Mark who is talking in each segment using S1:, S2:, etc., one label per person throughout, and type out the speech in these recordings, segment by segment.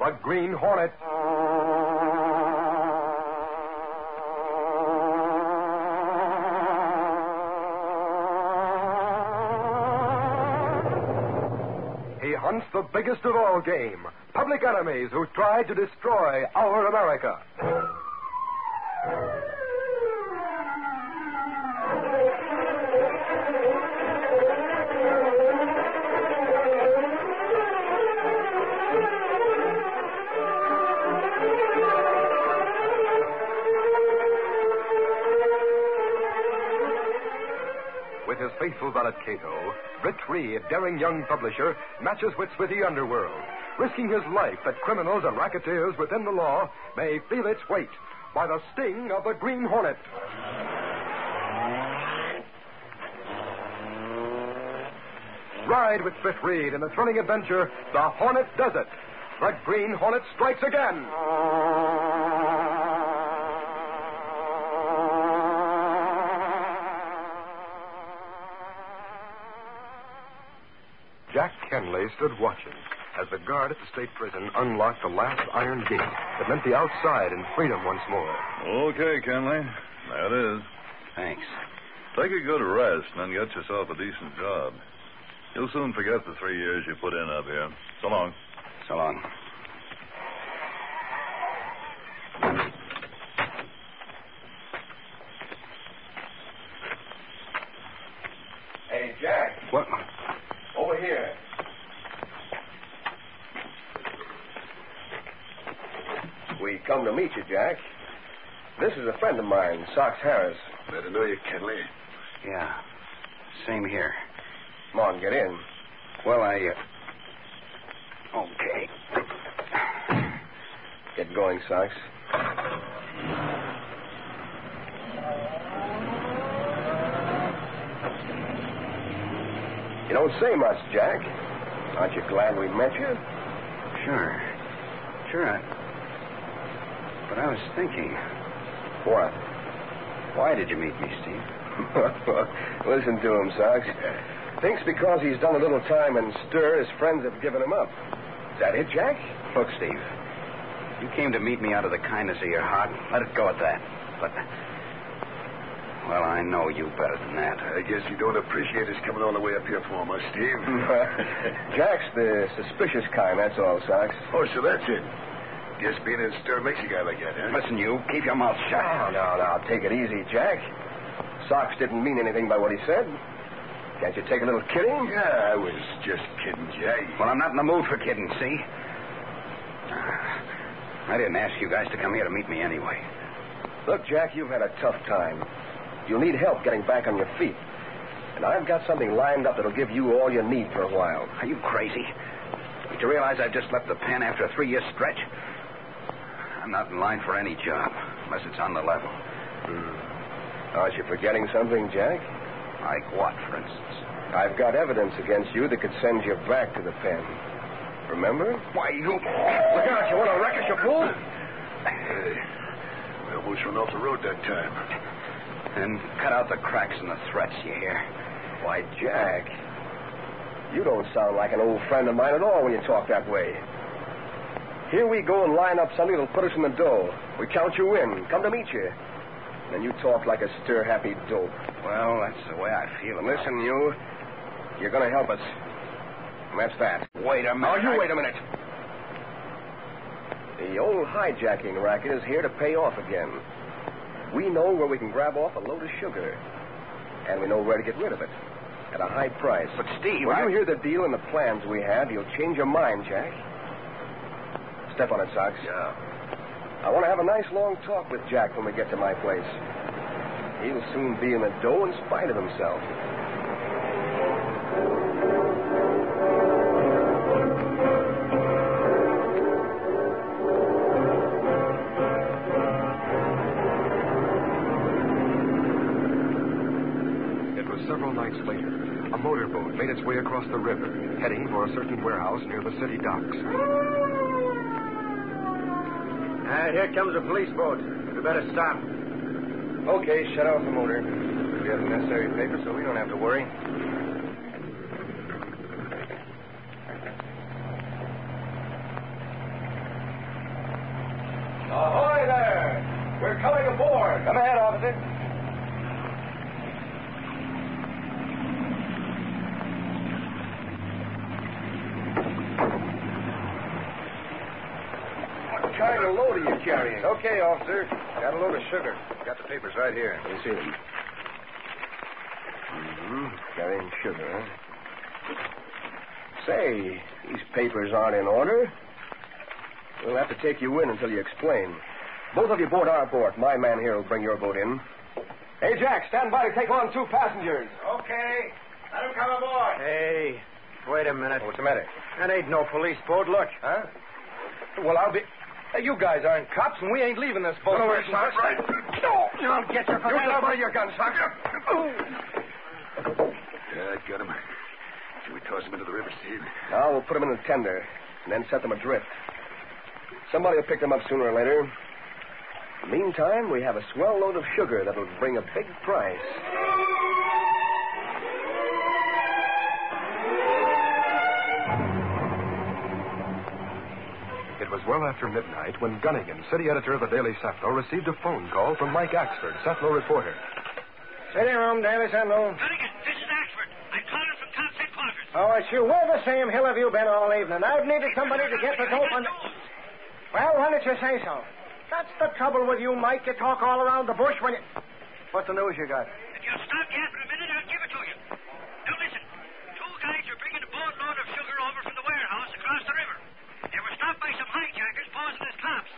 S1: a green hornet. He hunts the biggest of all game public enemies who try to destroy our America. With his faithful valet Cato, Britt Reed, daring young publisher, matches wits with the underworld, risking his life that criminals and racketeers within the law may feel its weight by the sting of the Green Hornet. Ride with Britt Reed in the thrilling adventure, The Hornet Does It. The Green Hornet strikes again. Jack Kenley stood watching as the guard at the state prison unlocked the last iron gate that meant the outside and freedom once more.
S2: Okay, Kenley. That is.
S3: Thanks.
S2: Take a good rest and then get yourself a decent job. You'll soon forget the three years you put in up here. So long.
S3: So long.
S4: Hey, Jack,
S3: What?
S4: over here. We come to meet you, Jack. This is a friend of mine, Sox Harris.
S1: Glad to know you, Kenley.
S3: Yeah. Same here.
S4: Come on, get in.
S3: Well, I. Uh... Okay.
S4: Get going, Sox. You don't say much, Jack. Aren't you glad we met you?
S3: Sure. Sure. I... But I was thinking.
S4: What?
S3: Why did you meet me, Steve?
S4: Listen to him, Sox. Thinks because he's done a little time in stir, his friends have given him up. Is that it, Jack?
S3: Look, Steve. You came to meet me out of the kindness of your heart. Let it go at that. But. Well, I know you better than that.
S1: I guess you don't appreciate us coming all the way up here for him, huh, Steve?
S4: Jack's the suspicious kind, that's all, Sox.
S1: oh, so that's it. Just being in stir makes a guy like that, huh?
S3: Listen, you, keep your mouth shut.
S4: Now, now, now, take it easy, Jack. Sox didn't mean anything by what he said. Can't you take a little kidding?
S1: Yeah, I was just kidding, Jack.
S3: Well, I'm not in the mood for kidding, see? I didn't ask you guys to come here to meet me anyway.
S4: Look, Jack, you've had a tough time. You'll need help getting back on your feet. And I've got something lined up that'll give you all you need for a while.
S3: Are you crazy? Did you realize I've just left the pen after a three year stretch? I'm not in line for any job, unless it's on the level.
S4: Aren't you forgetting something, Jack?
S3: Like what, for instance?
S4: I've got evidence against you that could send you back to the pen. Remember?
S3: Why, you.
S4: Look out, you want to wreck us, you fool?
S1: We almost run off the road that time.
S3: And cut out the cracks in the threats, you hear?
S4: Why, Jack, you don't sound like an old friend of mine at all when you talk that way. Here we go and line up something that'll put us in the dough. We count you in, come to meet you. Then you talk like a stir happy dope.
S3: Well, that's the way I feel. about it.
S4: Listen, you, you're going to help us. And that's that.
S3: Wait a minute.
S4: Now, you
S3: I-
S4: wait a minute. The old hijacking racket is here to pay off again. We know where we can grab off a load of sugar, and we know where to get rid of it at a high price.
S3: But, Steve,
S4: when
S3: I-
S4: you hear the deal and the plans we have, you'll change your mind, Jack. Step on it, Sox.
S1: Yeah.
S4: I want to have a nice long talk with Jack when we get to my place. He'll soon be in the dough in spite of himself.
S1: It was several nights later. A motorboat made its way across the river, heading for a certain warehouse near the city docks.
S4: Uh, here comes a police boat. We better stop. Okay, shut off the motor. We have the necessary papers, so we don't have to worry. car. Come ahead, officer. What kind of load are you carrying?
S3: Okay, officer. Got a load of sugar. Got the papers right here.
S4: Let me see them. hmm Carrying sugar, huh? Say, these papers aren't in order. We'll have to take you in until you explain. Both of you board our boat. My man here will bring your boat in. Hey, Jack, stand by to take on two passengers.
S3: Okay. Let him come aboard.
S5: Hey, wait a minute.
S4: What's the matter?
S5: That ain't no police boat. Look.
S4: Huh?
S5: Well, I'll be. Hey, you guys aren't cops, and we ain't leaving this boat.
S4: it's not right. No,
S5: I'll get your
S4: you get over your gun, Sock.
S3: Yeah, I got him. Should we toss him into the river, Steve?
S4: Now we'll put them in the tender and then set them adrift. Somebody will pick them up sooner or later. In the meantime, we have a swell load of sugar that'll bring a big price.
S1: It was well after midnight when Gunnigan, city editor of the Daily Sentinel, received a phone call from Mike Axford, Sentinel reporter.
S5: Sitting room, Daily Sentinel.
S6: Gunnigan, this is Ashford. I'm calling from Tom's headquarters.
S5: Oh, it's you. Where the Sam Hill have you been all evening? I've needed somebody to get this open. Well, why don't you say so? That's the trouble with you, Mike. You talk all around the bush when you. What's the news you got?
S6: If you'll stop gasping a minute, I'll give it to you. Now listen. Two guys are bringing a boatload of sugar over from the warehouse across the river. They were stopped by some hijackers posing as cops.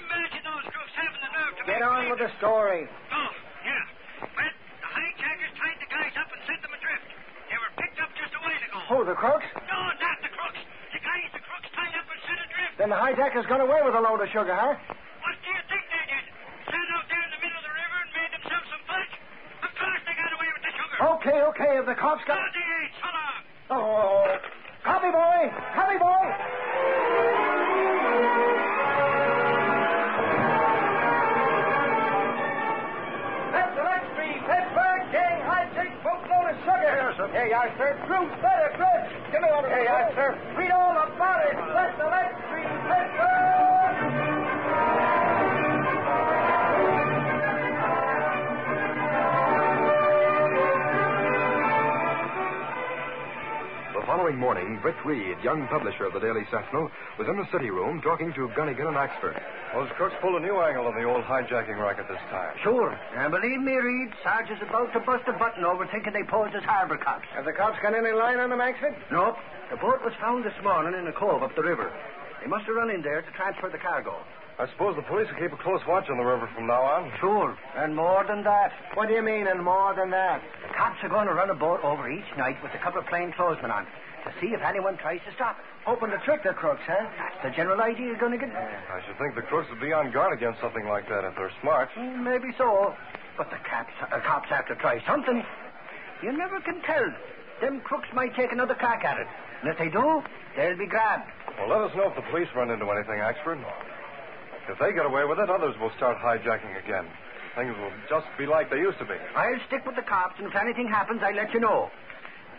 S6: Imagine those groups having the nerve to
S5: Get
S6: make
S5: on
S6: believe
S5: with the
S6: they're-
S5: story.
S6: Oh, yeah. Well, the hijackers tied the guys up and sent them adrift. They were picked up just a while ago.
S5: Who, the crooks?
S6: No, not the crooks. The guys the crooks tied up and sent adrift.
S5: Then the hijackers got away with a load of sugar, huh?
S6: What do you think they did? Sat out there in the middle of the river and made themselves some fudge? Of course they got away with the sugar.
S4: Oh,
S5: Okay, okay. If the cops got.
S6: 48, so long.
S5: Oh, copy boy, copy boy. That's the next speed. Pittsburgh gang hijack boatload of sugar. Yes, sir. Here you are, sir. Drew Better Good. Give me over here. you are, sir. Read all about it. That's the next speed. Pittsburgh.
S1: The following morning, Britt Reed, young publisher of the Daily Sentinel, was in the city room talking to Gunnigan and Axford.
S4: Those crooks pulled a new angle on the old hijacking racket this time.
S7: Sure. And believe me, Reed, Sarge is about to bust a button over thinking they posed as harbor cops.
S5: Have the cops got any line on them, Maxford?
S7: Nope. The boat was found this morning in a cove up the river. They must have run in there to transfer the cargo.
S4: I suppose the police will keep a close watch on the river from now on.
S7: Sure. And more than that.
S5: What do you mean, and more than that?
S7: The cops are going to run a boat over each night with a couple of plainclothesmen on it to see if anyone tries to stop it.
S5: Hoping to trick the crooks, huh?
S7: That's the general idea, Gunnigan.
S4: I should think the crooks would be on guard against something like that if they're smart.
S7: Mm, Maybe so. But the cops, uh, cops have to try something. You never can tell. Them crooks might take another crack at it. And if they do, they'll be grabbed.
S4: Well, let us know if the police run into anything, Axford. If they get away with it, others will start hijacking again. Things will just be like they used to be.
S7: I'll stick with the cops, and if anything happens, I'll let you know.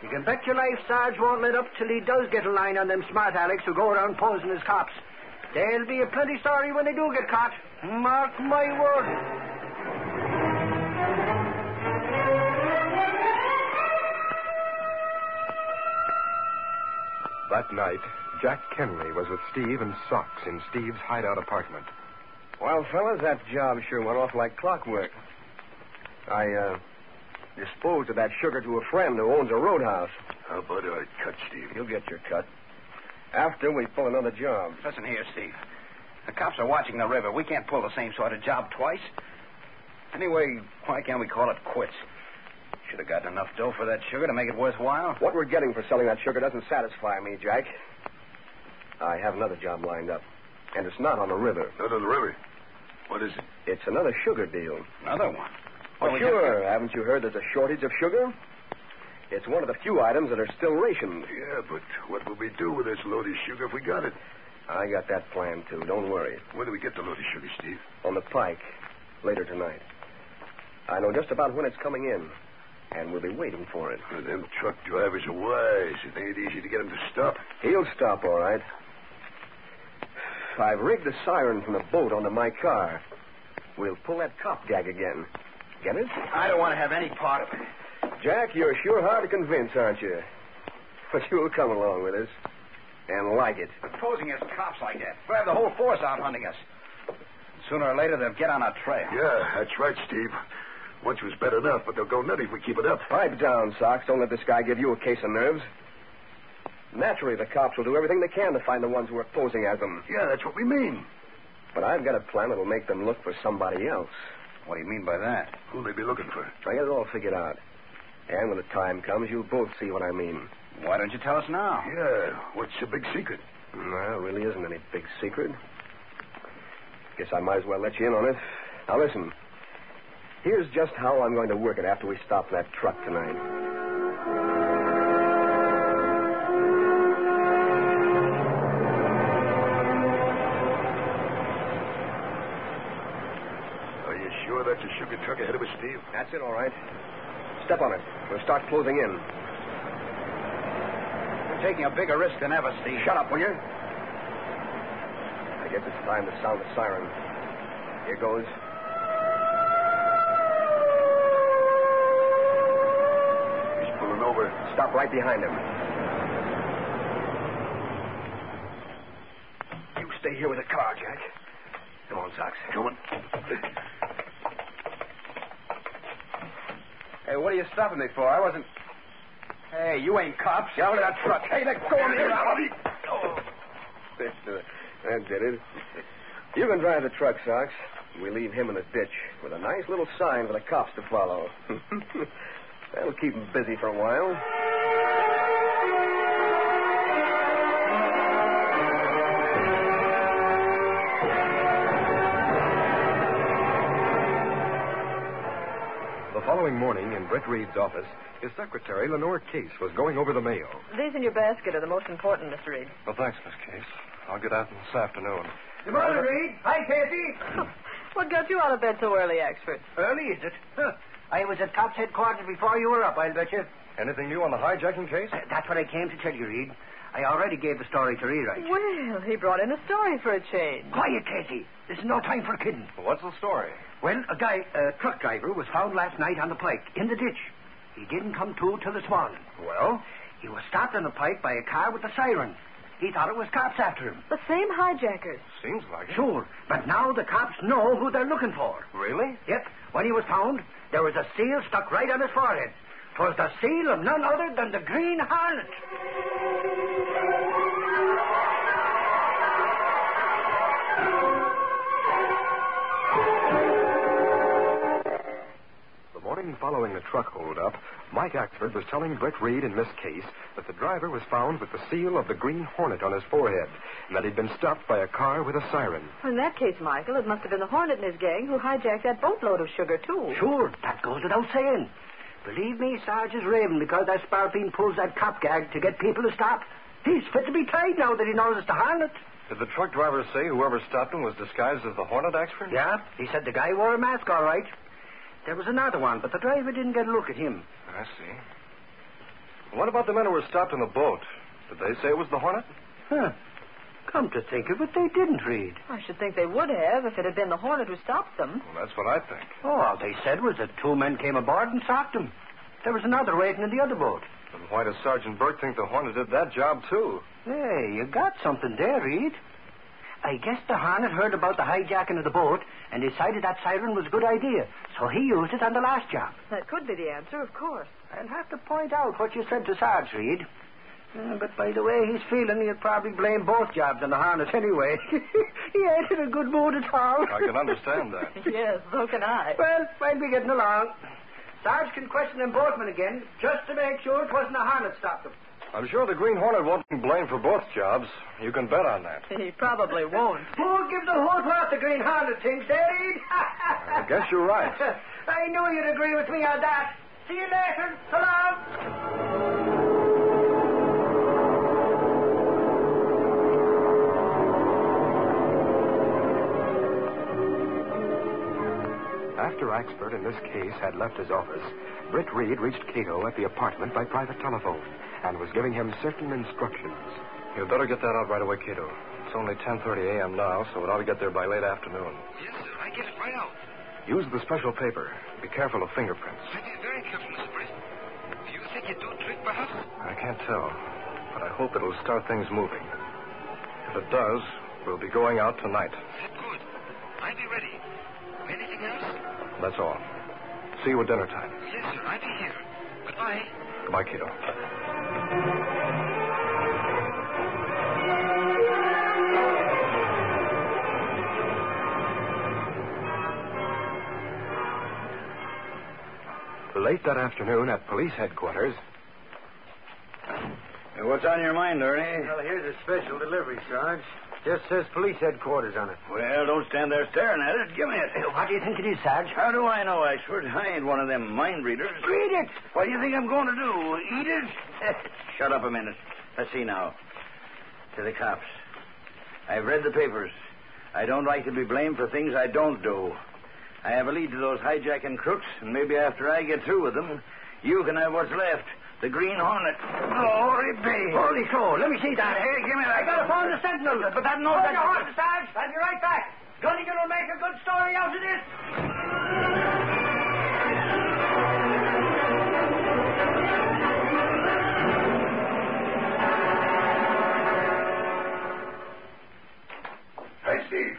S7: You can bet your life Sarge won't let up till he does get a line on them smart Alex who go around posing as cops. They'll be a plenty sorry when they do get caught. Mark my word.
S1: That night, Jack Kenley was with Steve and Socks in Steve's hideout apartment.
S4: Well, fellas, that job sure went off like clockwork. I, uh, disposed of that sugar to a friend who owns a roadhouse.
S3: How about I cut, Steve?
S4: You'll get your cut. After we pull another job.
S3: Listen here, Steve. The cops are watching the river. We can't pull the same sort of job twice. Anyway, why can't we call it quits? Should have gotten enough dough for that sugar to make it worthwhile.
S4: What we're getting for selling that sugar doesn't satisfy me, Jack. I have another job lined up. And it's not on the river.
S2: Out of the river. What is it?
S4: It's another sugar deal.
S3: Another one. Well,
S4: Well,
S3: we
S4: sure. Haven't you heard there's a shortage of sugar? It's one of the few items that are still rationed.
S2: Yeah, but what will we do with this load of sugar if we got it?
S4: I got that plan, too. Don't worry.
S2: Where do we get the load of sugar, Steve?
S4: On the pike, later tonight. I know just about when it's coming in, and we'll be waiting for it.
S2: Well, Uh, them truck drivers are wise. It ain't easy to get 'em to stop.
S4: He'll stop, all right. I've rigged the siren from the boat onto my car. We'll pull that cop gag again. Get it?
S3: I don't want to have any part of it.
S4: Jack, you're sure hard to convince, aren't you? But you'll come along with us. And like it.
S3: Posing as cops like that. We'll have the whole force out hunting us. Sooner or later, they'll get on our trail.
S8: Yeah, that's right, Steve. Once was bad enough, but they'll go nutty if we keep it up.
S4: Pipe down, Sox. Don't let this guy give you a case of nerves. Naturally, the cops will do everything they can to find the ones who are posing as them.
S8: Yeah, that's what we mean.
S4: But I've got a plan that'll make them look for somebody else.
S3: What do you mean by that?
S8: Who'll they be looking for?
S4: I got it all figured out. And when the time comes, you'll both see what I mean.
S3: Why don't you tell us now?
S8: Yeah, what's the big secret?
S4: No, it really isn't any big secret. Guess I might as well let you in on it. Now listen. Here's just how I'm going to work it after we stop that truck tonight.
S8: Are you sure that's a sugar truck ahead of us, Steve?
S4: That's it, all right. Step on it. We'll start closing in.
S3: We're taking a bigger risk than ever, Steve.
S4: Shut up, will you? I guess it's time to sound the siren. Here goes.
S8: He's pulling over.
S4: Stop right behind him. You stay here with the car, Jack. Come on, Sox. Come on.
S3: Hey, what are you stopping me for? I wasn't. Hey, you ain't cops. Get out of that truck. Hey, let go of me.
S4: that did Oh. it. You can drive the truck, Sox. We leave him in a ditch with a nice little sign for the cops to follow. That'll keep him busy for a while.
S1: The following morning in Brett Reed's office, his secretary, Lenore Case, was going over the mail.
S9: These in your basket are the most important, Mr. Reed.
S1: Well, thanks, Miss Case. I'll get out this afternoon.
S7: Good morning, Reed. Hi, Casey.
S9: What got you out of bed so early, Axford?
S7: Early, is it? Huh. I was at cops headquarters before you were up, I'll bet you.
S1: Anything new on the hijacking case?
S7: Uh, That's what I came to tell you, Reed. I already gave the story to rewrite.
S9: Well, he brought in a story for a change.
S7: Quiet, Casey. This is no time for kidding.
S1: What's the story?
S7: Well, a guy, a truck driver, was found last night on the pike in the ditch. He didn't come to till this morning.
S1: Well?
S7: He was stopped on the pike by a car with a siren. He thought it was cops after him.
S9: The same hijackers.
S1: Seems like it.
S7: Sure, but now the cops know who they're looking for.
S1: Really?
S7: Yep, when he was found, there was a seal stuck right on his forehead. 'Twas the seal of none other than the Green Harlot.
S1: The morning following the truck holdup, Mike Axford was telling Britt Reed and Miss Case that the driver was found with the seal of the Green Hornet on his forehead, and that he'd been stopped by a car with a siren.
S9: In that case, Michael, it must have been the Hornet and his gang who hijacked that boatload of sugar, too.
S7: Sure, that goes without saying. Believe me, Sarge is raving because that Sparpine pulls that cop gag to get people to stop. He's fit to be tied now that he knows it's the harlot.
S1: Did the truck driver say whoever stopped him was disguised as the Hornet, Axford?
S7: Yeah, he said the guy wore a mask, all right. There was another one, but the driver didn't get a look at him.
S1: I see. What about the men who were stopped on the boat? Did they say it was the Hornet?
S7: Huh. Come to think of it, they didn't read.
S9: I should think they would have if it had been the Hornet who stopped them.
S1: Well, that's what I think.
S7: Oh, all they said was that two men came aboard and socked him. There was another waiting in the other boat.
S1: Then why does Sergeant Burke think the Hornet did that job, too?
S7: Hey, you got something there, Reed. I guess the Hornet heard about the hijacking of the boat and decided that siren was a good idea, so he used it on the last job.
S9: That could be the answer, of course.
S7: I'll have to point out what you said to Sarge, Reed. Uh, but by the way he's feeling, he'll probably blame both jobs on the harness anyway. he ain't in a good mood at all.
S1: I can understand that.
S9: yes, so can I.
S7: Well, we'll be getting along. Sarge can question them both men again, just to make sure it wasn't the harness stopped them.
S1: I'm sure the Green Hornet won't be blamed for both jobs. You can bet on that.
S9: He probably won't.
S7: Who'll give the whole lot the green harness things, Dave?
S1: I guess you're right.
S7: I knew you'd agree with me on that. See you later. So long.
S1: After Axford, in this case, had left his office, Britt Reed reached Cato at the apartment by private telephone and was giving him certain instructions. You'd better get that out right away, Cato.
S10: It's only 10.30 a.m. now, so it ought to get there by late afternoon.
S6: Yes, sir. I get it right out.
S10: Use the special paper. Be careful of fingerprints.
S6: I'll be very careful, Mr. Brist. Do you think you do trick, perhaps?
S10: I can't tell, but I hope it'll start things moving. If it does, we'll be going out tonight.
S6: Good. I'll be ready. Anything else?
S10: That's all. See you at dinner time.
S6: Yes, sir. I'll be here. Goodbye.
S10: Goodbye, Cato.
S11: Late that afternoon at police headquarters,
S7: What's on your mind, Ernie?
S12: Well, here's a special delivery, Sarge. Just says police headquarters on it.
S7: Well, don't stand there staring at it. Give me it.
S12: What do you think it is, Sarge?
S7: How do I know, Ashford? I ain't one of them mind readers.
S12: Read it.
S7: What do you think I'm going to do? Eat it? Shut up a minute. Let's see now. To the cops. I've read the papers. I don't like to be blamed for things I don't do. I have a lead to those hijacking crooks, and maybe after I get through with them, you can have what's left. The Green Hornet. Glory be.
S12: Holy crow. Let me see that.
S7: Here, give me
S12: I
S7: that.
S12: gotta phone the sentinel.
S7: But that note
S12: Hold
S7: that-
S12: your horses, Sarge. I'll be right back. Gunnigan will make a good story out of this.
S2: Hey, Steve.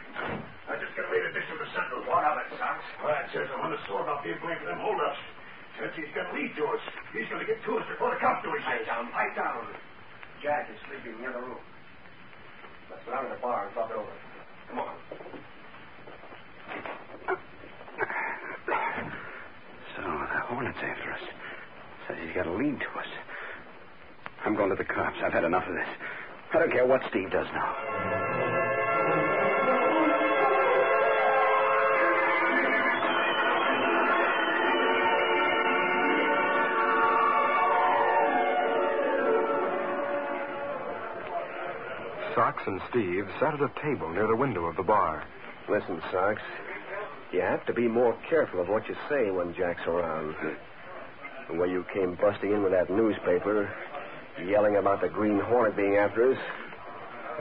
S2: I just got a late edition of the Sentinel. What of it, Sox? Well, it says on the store about being blamed for them holdups. Says he's got a lead to us. He's going to get to us before the cops do, he says. down, pipe down.
S4: Jack is sleeping near the room. Let's go down to the bar and talk it over. Come on.
S7: So the Hornet's after us. Says he's got a lead to us. I'm going to the cops. I've had enough of this. I don't care what Steve does now.
S11: Sox and Steve sat at a table near the window of the bar.
S4: Listen, Sox. You have to be more careful of what you say when Jack's around. The way you came busting in with that newspaper, yelling about the Green Hornet being after us,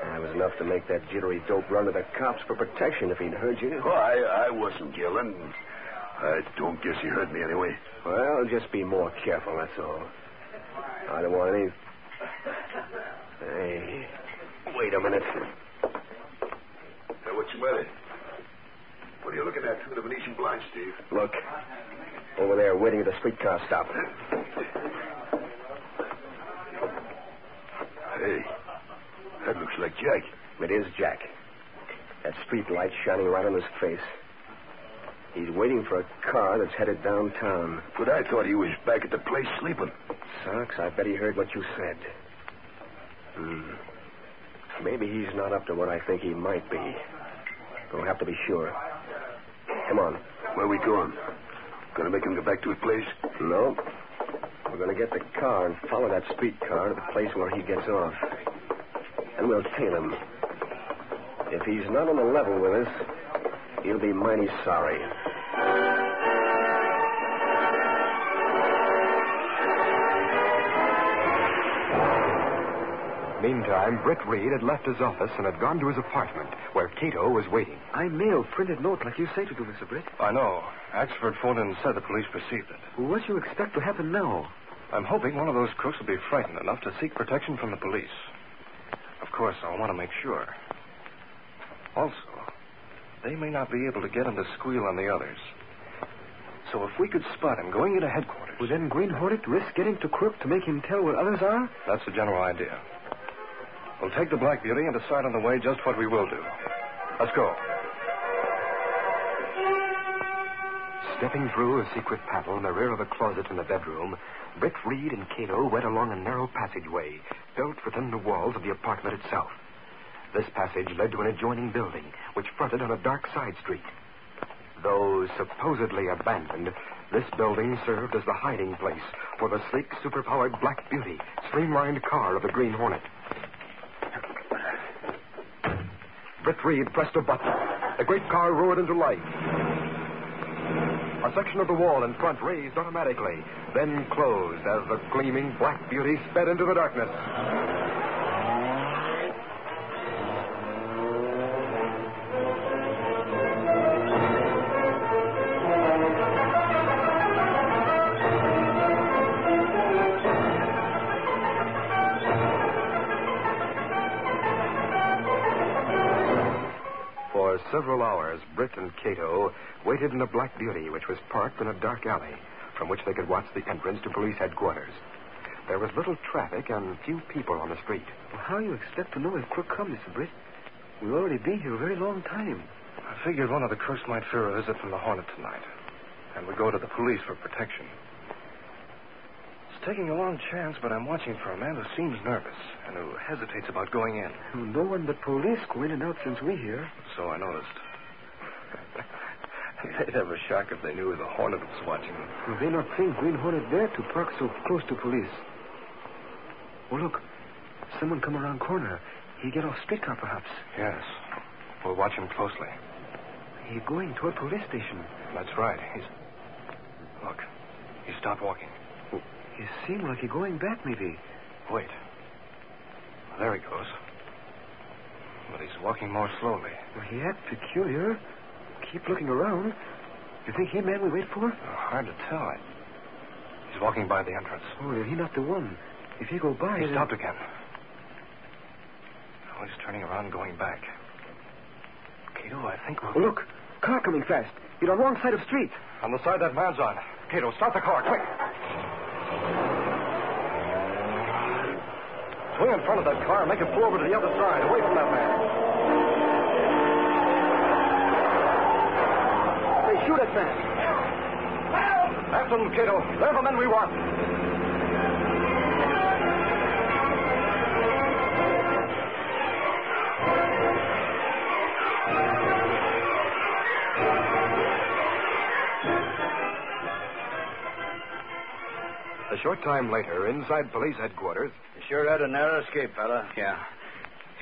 S4: that was enough to make that jittery dope run to the cops for protection if he'd heard you.
S2: Well, I, I wasn't yelling. I don't guess he heard me anyway.
S4: Well, just be more careful, that's all. I don't want any. Hey, wait a minute.
S2: Now, what's the matter? What are you looking at through the Venetian blind, Steve?
S4: Look, over there, waiting at the streetcar stop.
S2: Hey, that looks like Jack.
S4: It is Jack. That street light shining right on his face. He's waiting for a car that's headed downtown.
S2: But I thought he was back at the place sleeping.
S4: Sox, I bet he heard what you said. Hmm. Maybe he's not up to what I think he might be. We'll have to be sure. Come on.
S2: Where we going? Gonna make him go back to his place?
S4: No. We're going to get the car and follow that streetcar to the place where he gets off. And we'll tail him. If he's not on the level with us, he'll be mighty sorry.
S11: Meantime, Britt Reed had left his office and had gone to his apartment, where Cato was waiting.
S12: I mailed printed note like you say to do, Mr. Britt.
S10: I know. Axford phoned in and said the police received it.
S12: What you expect to happen now?
S10: I'm hoping one of those crooks will be frightened enough to seek protection from the police. Of course, I'll want to make sure. Also, they may not be able to get him to squeal on the others. So if we could spot him going into headquarters.
S12: Will then Green Hornet risk getting to Crook to make him tell where others are?
S10: That's the general idea. We'll take the Black Beauty and decide on the way just what we will do. Let's go.
S11: Stepping through a secret panel in the rear of a closet in the bedroom, Britt Reed and Cato went along a narrow passageway built within the walls of the apartment itself. This passage led to an adjoining building, which fronted on a dark side street. Though supposedly abandoned, this building served as the hiding place for the sleek, superpowered Black Beauty, streamlined car of the Green Hornet. Britt Reed pressed a button. The great car roared into life. A section of the wall in front raised automatically, then closed as the gleaming black beauty sped into the darkness.
S13: For several hours, Britt and Cato waited in a black beauty which was parked in a dark alley from which they could watch the entrance to police headquarters. There was little traffic and few people on the street.
S14: Well, how you expect to know if Crook comes, Mr. Britt? We've already been here a very long time.
S4: I figured one of the crooks might fear a visit from the Hornet tonight. And we go to the police for protection. It's taking a long chance, but I'm watching for a man who seems nervous and who hesitates about going in.
S14: Well, no one but police go in and out since we're here.
S4: So I noticed. They'd have a shock if they knew the Hornet was watching them.
S14: Well, they not think Green Hornet there to park so close to police. Oh, look. Someone come around corner. He get off streetcar, perhaps.
S4: Yes. We'll watch him closely.
S14: He going toward police station.
S4: That's right. He's. Look. He stopped walking.
S14: He seem like he going back, maybe.
S4: Wait. There he goes. But he's walking more slowly.
S14: Well, he act peculiar. Keep looking around. You think he man we wait for?
S4: Oh, hard to tell. I... He's walking by the entrance.
S14: Oh, if he not the one. If he go by...
S4: He
S14: then-
S4: stopped again. Oh, he's turning around and going back. Cato, I think we'll...
S14: Oh, look. Car coming fast. It on wrong side of street.
S4: On the side that man's on. Cato, stop the car, quick. Swing in front of that car and make it pull over to the other side, away from that man.
S14: They shoot at man.
S4: After them, Cato. They're the men we want.
S13: A short time later, inside police headquarters,
S7: You sure had a narrow escape, fella. Yeah.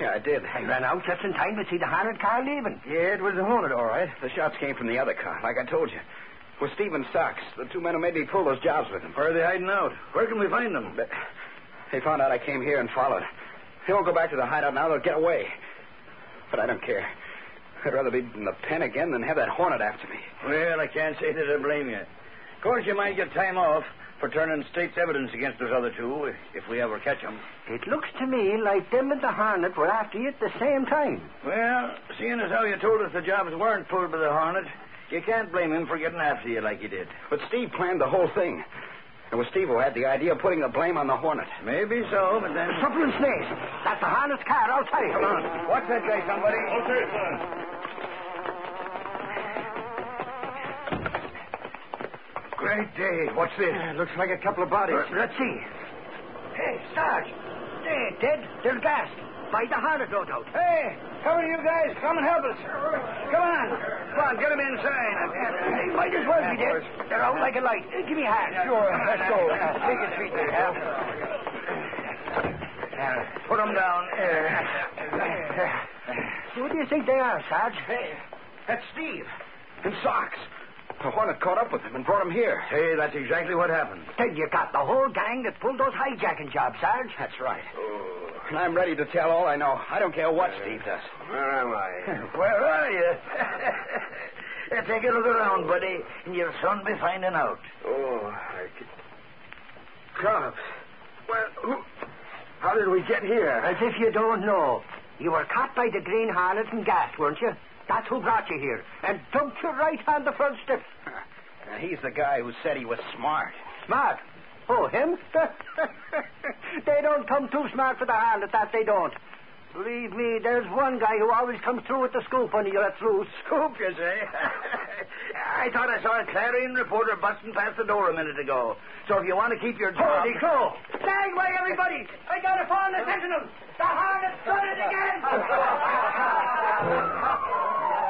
S7: Yeah, I did.
S1: I ran out just in time to see the Hornet car leaving.
S7: Yeah, it was the Hornet, all right. The shots came from the other car, like I told you. It was Steve and Socks, the two men who made me pull those jobs with them. Where are they hiding out? Where can we find them? They found out I came here and followed. They won't go back to the hideout now. They'll get away. But I don't care. I'd rather be in the pen again than have that Hornet after me. Well, I can't say that I blame you. Of course, you might get time off for turning state's evidence against those other two if we ever catch them.
S1: It looks to me like them and the Hornet were after you at the same time.
S7: Well, seeing as how you told us the jobs weren't pulled by the Hornet, you can't blame him for getting after you like he did. But Steve planned the whole thing. It was Steve who had the idea of putting the blame on the Hornet. Maybe so, but then.
S1: Something sneeze. That's the Hornet's car outside.
S7: Come on. Watch that guy, somebody.
S15: Okay, sir.
S7: Great day. What's this? looks like a couple of bodies.
S1: Let's see. Hey, Sarge. They're dead. They're gassed. By the Hornet, no doubt.
S7: Hey, how are you guys? Come and help us. Come on. Come on, get him inside.
S1: They might as well be dead. They're out like a light. Uh, Give me a hand.
S7: Sure,
S1: Come on,
S7: let's
S1: uh,
S7: go.
S1: uh, Take your feet there, Hal.
S7: Uh, put him down.
S1: Who do you think they are, Sarge?
S7: Hey, that's Steve. In socks. The Hornet caught up with him and brought him here. Hey, that's exactly what happened.
S1: Then you got the whole gang that pulled those hijacking jobs, Sarge.
S7: That's right. And I'm ready to tell all I know. I don't care what Steve does.
S16: Where am I?
S7: Where are you? Take a look around, buddy, and you'll soon be finding out.
S16: Oh, I can... Cops. Well, who... How did we get here?
S1: As if you don't know. You were caught by the Green Hornet and gassed, weren't you? That's who brought you here. And dumped you right on the front step.
S7: Now, he's the guy who said he was smart.
S1: Smart. Oh, him? they don't come too smart for the hand at that, they don't. Believe me, there's one guy who always comes through with the scoop when you let through.
S7: Scoop, you say? eh? I thought I saw a Clarion reporter busting past the door a minute ago. So if you want to keep your job...
S1: Holy crow! Stag away, everybody! I gotta phone the sentinel! The hornet's done it again!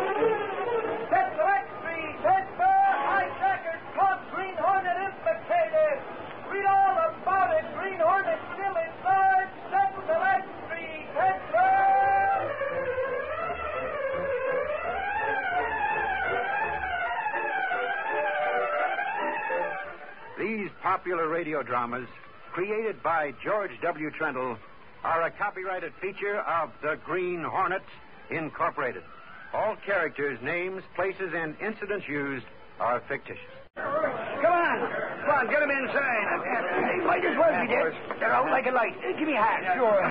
S17: That's the right street. Red Bear, hijackers, caught Green Hornet implicated. Read all about it. Green Hornet still in charge. That's the right street. Red Bear.
S13: These popular radio dramas, created by George W. Trendle, are a copyrighted feature of The Green Hornet, Incorporated. All characters, names, places, and incidents used are fictitious.
S7: Come on, on. Come on, get him inside. They might as well be dead. They're out like a light. Give me a hand. Sure.